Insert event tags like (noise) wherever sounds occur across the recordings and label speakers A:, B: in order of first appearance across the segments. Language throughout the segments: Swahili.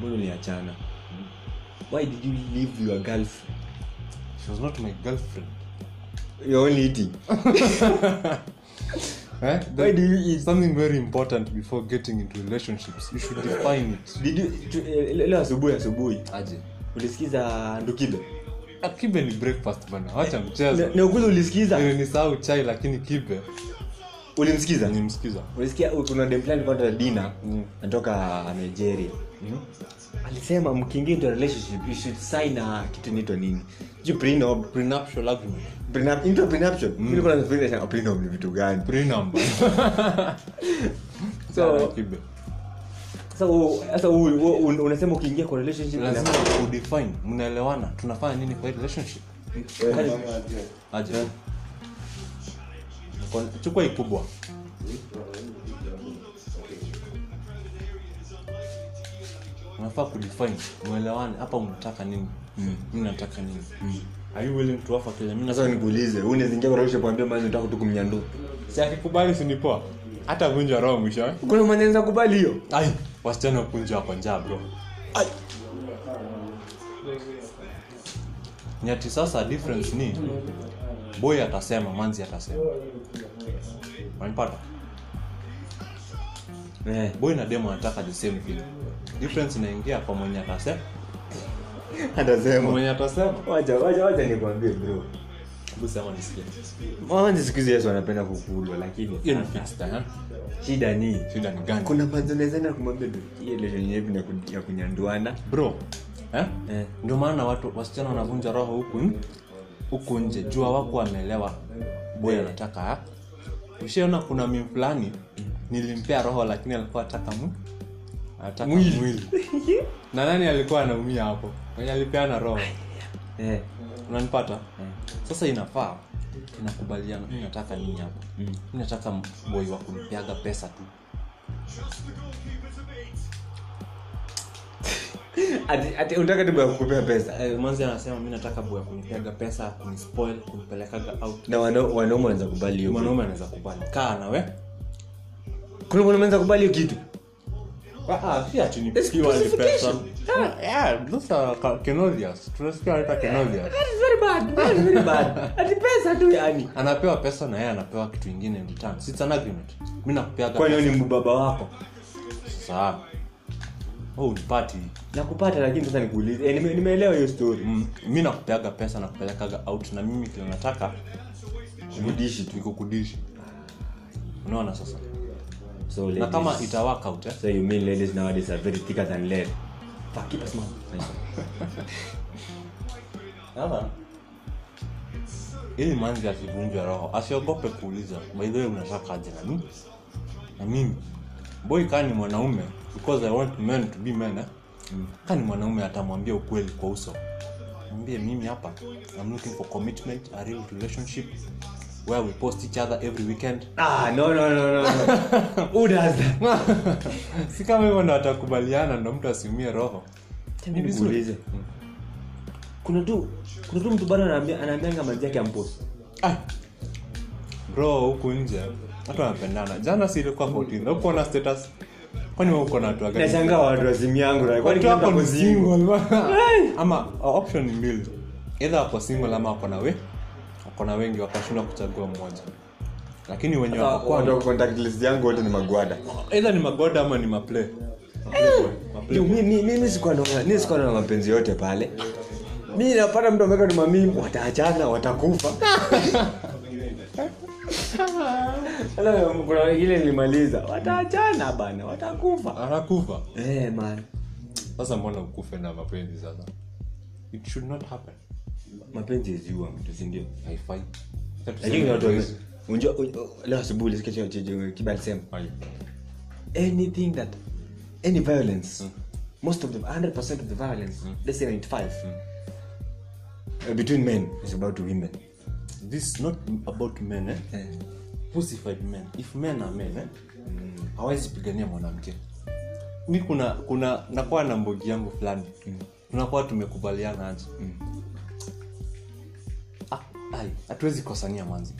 A: mmeachana Hmm. why did you leave your girlfriend
B: she was not my girlfriend
A: you're only eating
B: eh?
A: why do you eat
B: something very important before getting into relationships you should define it
A: did you tu- eh, leo asubuhi asubuhi
B: aje
A: ulisikiza ndukibe
B: kibe ni breakfast bana
A: Eh,
B: wacha mchezo
A: Na- na ukweli ulisikiza
B: nilisahau chai lakini kibe
A: Eh, ulimsikiza Hmm.
B: nimsikiza
A: ulisikia kuna demplani pata dina natoka nigeria alisema mkiingia into a relationship you should sign a kitu inaitwa nini Sijui prenup Hmm.
B: prenuptial agreement
A: prenup into prenuptial Mimi nilikuwa nafikiria sana, prenup ni vitu gani
B: prenup
A: (laughs) So-
B: so kibe
A: sasa u- sasa u- u- un- unasema ukiingia kwa relationship
B: lazima
A: na-
B: udefine mnaelewana tunafanya nini kwa hii relationship
A: Eh,
B: aje Kon- chukua ikubwa unafaa kudefine mwelewane hapa unataka nini mi nataka nini are you willing to offer kile mimi
A: sasa nikuulize wewe unaweza ingia kwa relationship ambia mwanzo nataka tu kumnyandua
B: si akikubali sinipoa hata vunja roho mwisho eh?
A: kuna mwenye anaweza kubali hiyo
B: ai wasichana wakunja wako njaa bro nyati sasa difference ni boy atasema manzi atasema wanipata
A: eh
B: boy na demo anataka the same thing difference inaingia kwa mwenye atasema
A: (laughs) atasema
B: mwenye atasema
A: wacha wacha wacha nikwambie bro
B: hebu sema nisikie
A: mwanzo siku hizi yesu anapenda kukulwa lakini
B: hiyo ni fixed eh
A: shida ni
B: shida ni gani
A: Ah, kuna mazonezana kumwambia ileshenyevi ya kunyanduana
B: bro eh?
A: Eh.
B: ndio maana watu wasichana wanavunja roho huku n- huku nje jua wako wameelewa boy anataka ha? ushaona kuna mi fulani nilimpea roho lakini alikuwa ataka mu ataka mwili, (laughs) na nani alikuwa anaumia hapo mwenye alipeana roho
A: eh,
B: unanipata sasa inafaa inakubaliana mi nataka nini hapa mi nataka boy wa kumpiaga pesa tu
A: (laughs) ati ati unataka tibu ya kukupea pesa
B: eh, manzi anasema mi nataka boy wa kunipiaga pesa kunispoil kunipelekaga out
A: na wanau- wanaume wanaweza kubali hiyo kitu.
B: mwanaume anaweza kubali kaa nawe
A: kuna mwanaume anaweza kubali hiyo kitu
B: Ah,
A: (laughs) ati pesa tu yani
B: anapewa pesa na yeye anapewa kitu ingine in return. It's an agreement mi nakupeaga
A: kwani wewe ni mbaba wako
B: sasa oh, unipati
A: nakupata lakini sasa nikuulize eh, nime- nimeelewa hiyo story
B: Mm, mi nakupeaga pesa na kupelekaga out na mimi kile nataka
A: kudishi tu
B: nikukudishi unaona sasa
A: so
B: na
A: ladies,
B: kama ita work out eh?
A: so you mean ladies nowadays are very thicker than lead fuck keep us man (laughs)
B: Sasa, ili manzi asivunjwe roho asiogope kuuliza baidhee unataka aje na mimi na mimi boy kaa ni mwanaume because i want men to be men eh? kaa ni mwanaume atamwambia ukweli kwa uso mwambie mimi hapa i'm looking for commitment a real relationship where we post each other every weekend
A: ah no no no no no who does that
B: (laughs) si kama hivyo ndo atakubaliana ndo mtu asiumie roho
A: Ni vizuri. kuna tu kuna tu mtu bado anaambia- anaambianga manzi yake ampost
B: Ah. bro huku nje watu wanapendana jana si ilikuwa 14 huko na status kwani wewe uko na watu wagani?
A: nashangaa watu wa simu yangu na- kwani
B: watu
A: kila
B: wako ni
A: mtu ako single?
B: single bana. ama uh, option ni mbili either wako single ama wako na we wako na wengi wakashindwa kuchagua mmoja lakini wenye wako
A: Watu
B: kwangu
A: wa contact list yangu wote ni magwada
B: either ni magoda ama ni maplay
A: Yo, mi- mi- mimi sikuwa na- mi sikuwa na mapenzi yote pale mi napata mtu ameweka tumamimi wataachana watakufa Ala, kuna wengine nilimaliza wataachana bana watakufa
B: anakufa
A: Eh, man.
B: sasa mbona ukufe na mapenzi sasa it should not happen
A: mapenzi ziua mtu sindio
B: haifai Hata
A: lakini
B: tuseme
A: kuna watu wa-
B: hizi.
A: unajua- unajua- leo asubuhi ulisikia cho- cho- cho- kiba alisema
B: Hayo.
A: anything that any violence most of the 100% of the violence let's say 95 uh, between men is about women
B: this is not about men eh? Pussified men if men are men eh? hawezi pigania mwanamke mi kuna kuna nakuwa na mbogi yangu fulani tunakuwa tumekubaliana aje Ah, ai, hatuwezi kosania manzi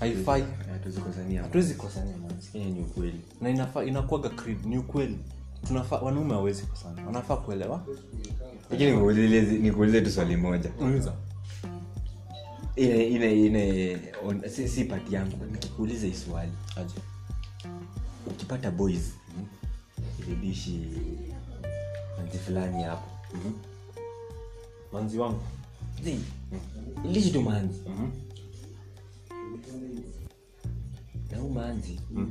B: haifai
A: Eh, tuzikozania.
B: hatuwezi kosania manzi
A: Eh, ni ukweli
B: na inafa- inakuwaga creed ni ukweli tunafaa wanaume hawezi kusana wanafaa kuelewa
A: lakini nikuulize- nikuulize tu swali moja
B: uliza
A: ile ile ile on- si, si pati yangu but nikikuuliza hii swali
B: aje
A: ukipata boys irudishi manzi fulani hapo
B: manzi wangu
A: Zi, ilishi tu manzi Hmm. na huu manzi hmm,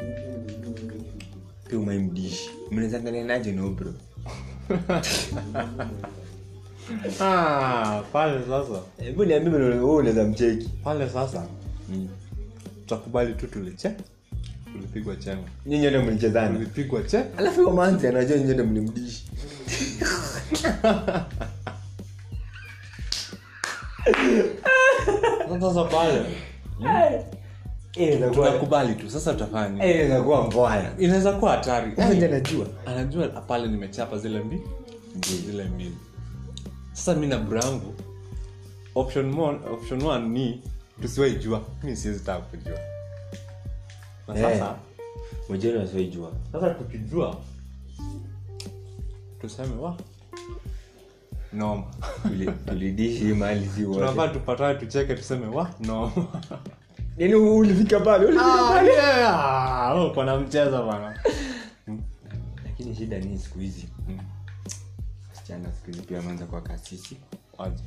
A: pia umaimdishi mnazangalia naje no bro
B: ah, pale sasa
A: hebu niambie vile wewe unaweza mcheki
B: pale sasa Mm. tutakubali tu tuliche tulipigwa chengo
A: nyinyi ndio
B: Mm.
A: mlichezana
B: tulipigwa che
A: alafu huyo manzi anajua nyinyi ndio mlimdishi
B: sasa pale
A: Eh, inakuwa
B: tunakubali tu sasa tutafanya
A: eh, inakuwa mbaya
B: inaweza kuwa hatari Yaani,
A: Huyo ndiye anajua
B: anajua pale nimechapa zile mbili zile mbili sasa mi na brangu option mo- option one ni tusiwaijua mi siwezi taka kujua na
A: Eh.
B: sasa
A: mojeni wasioijua
B: sasa tukijua tuseme wa noma
A: Tuli- tulidishi hii mali si wote
B: tunafaa tupatae tucheke tuseme wa (laughs) noma
A: yani Yaani ulifika pale
B: Ah,
A: ulifika pale
B: kona mcheza bana
A: lakini shida ni siku hizi wasichana siku hizi pia wameanza kuwa kasisi
B: Aje.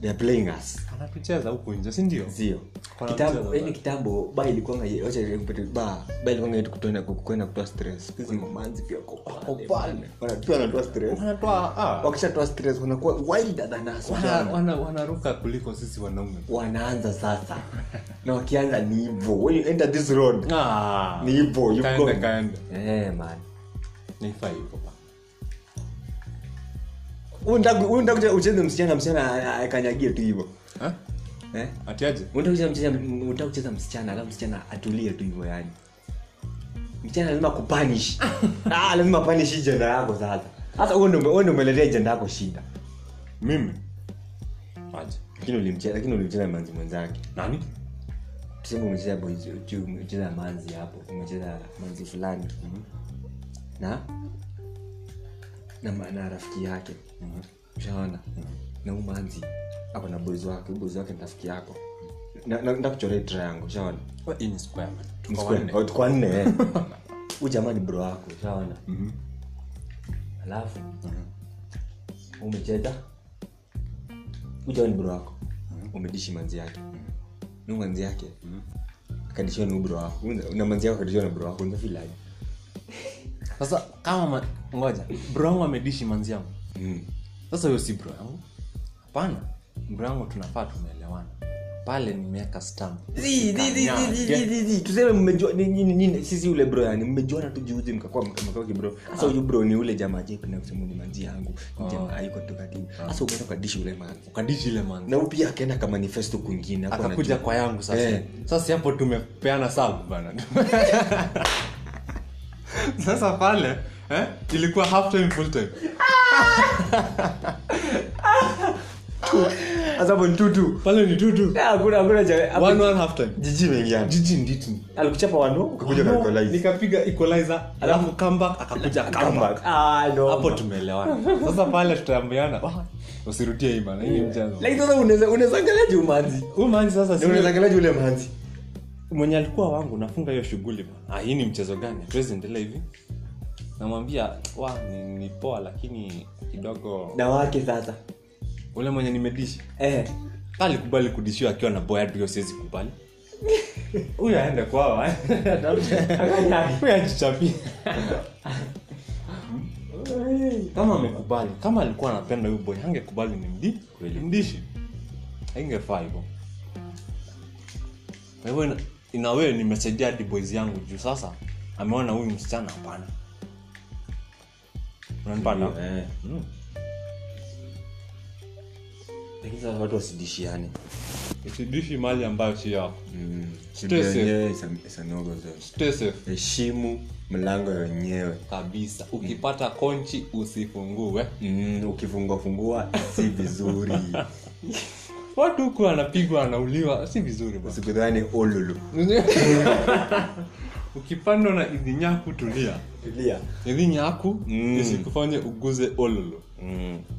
A: they are playing us
B: anatucheza huku nje sindio
A: sio
B: Kwa
A: kitambo
B: mchezo,
A: yani kitambo ba ilikuwanga ye- wacha nikupate ba ba ilikuwanga yetu kutoenda kwenda kutoa stress hizi mamanzi pia kwa pale Wana- pia wanatoa stress
B: wanatoa ah,
A: wakishatoa stress wanakuwa wilder than us
B: wana-
A: vijana.
B: wana- wanaruka kuliko sisi wanaume
A: wanaanza sasa na wakianza ni hivyo when you enter this road
B: Ah.
A: ni hivyo you've
B: Kaende,
A: gone.
B: kaende.
A: eh man
B: Nifaa hivyo ba.
A: undakuta ucheze msichana msichana akanyagie tu hivyo
B: Eh?
A: eh
B: Ati aje?
A: unataka kucheza msichana- unataka kucheza msichana alafu msichana atulie tu hivyo yani msichana lazima kupanish ah, lazima panish hii jenda yako sasa sasa huo ndio huo ndio umeletea jenda yako shida
B: mimi aje
A: lakini ulimcheza lakini ulimcheza manzi mwenzake
B: nani
A: tuseme umecheza boys tu umecheza manzi hapo umecheza manzi fulani mm-hmm. na na, ma- na rafiki yake mm-hmm. ushaona Mm-hmm. na huu manzi ako na boys wake huyu boys wake ni rafiki yako na na- nataka kuchorea hii triangle ushaona
B: Wa- hii ni square man. Tuko wanne.
A: kwa nne eh. huyu jamaa ni bro wako ushaona alafu umecheza huyu jamaa ni bro wako umedishi manzi yake nu manzi yake akadishiwa ni bro wako Unza- na manzi yako akadishiwa na bro wako unafilaji
B: sasa kama ma- ngoja bro yangu amedishi manzi yangu Hmm. sasa huyo si bro yangu hapana bro yangu tunafaa tumeelewana pale nimeweka stamp
A: tuseme mmejua ni- ni- ni- ni- sisi ule bro yani mmejuana tu juzi mkakuwa mkakuwa kibro sasa huyu bro ni ule jamaa jependa kusema ni manzi yangu Ni jamaa aiko tukatibu sasa umeenda ukadishi ule manzi
B: ukadishi ile manzi
A: na huyu pia akaenda ka manifesto kwingine hakuwa
B: akakuja kwa yangu sasa
A: Eh.
B: sasa hapo tumepeana sabu bana (laughs) sasa pale eh, ilikuwa half time full time
A: anajua. Sasa hapo ni tutu
B: pale ni tutu
A: Eh, hakuna hakuna cha- hapo
B: one one half time
A: jiji mengiana
B: jiji nditi
A: alikuchapa wanu ukakuja
B: No,
A: kakolaizi
B: nikapiga equalizer alafu comeback akakuja comeback
A: Ah,
B: hapo (laughs) tumeelewana sasa pale tutaambiana "Wah, usirudie hii bana hii ni mchezo
A: lakini sasa unaweza unaweza angaliaje huyu manzi
B: huyu manzi sasa si-
A: unaweza angaliaje ule manzi
B: mwenye alikuwa wangu nafunga hiyo shughuli bana ah, hii ni mchezo gani hatuwezi endelea hivi namwambia wa ni, ni poa lakini kidogo
A: na wake sasa
B: ule mwenye nimedishi
A: eh
B: alikubali kudishiwa akiwa na boya ndio siwezi kubali (laughs) huyu aende kwawa (laughs) huyu ajichapie kama amekubali kama alikuwa anapenda huyu boy angekubali ni mdi
A: Kweli.
B: mdishi ingefaa hivo kwa hivyo ina- inawe nimesaidia hadi boys yangu juu sasa ameona huyu msichana hapana unanipata
A: Eh. lakini sasa watu wasidishiane
B: usidishi mali ambayo si yako
A: Shida
B: safe.
A: Hmm. yenyewe isa- isanogo zote.
B: stay safe
A: heshimu mlango yenyewe
B: kabisa ukipata konchi usifungue
A: Mm, ukifunguafungua si vizuri
B: watu (laughs) huku anapigwa anauliwa si vizuri
A: usikudhani olulu
B: ukipandwa na idhinyaku tulia
A: tulia
B: idhinyaku
A: Mm.
B: isikufanye uguze ololo
A: mm.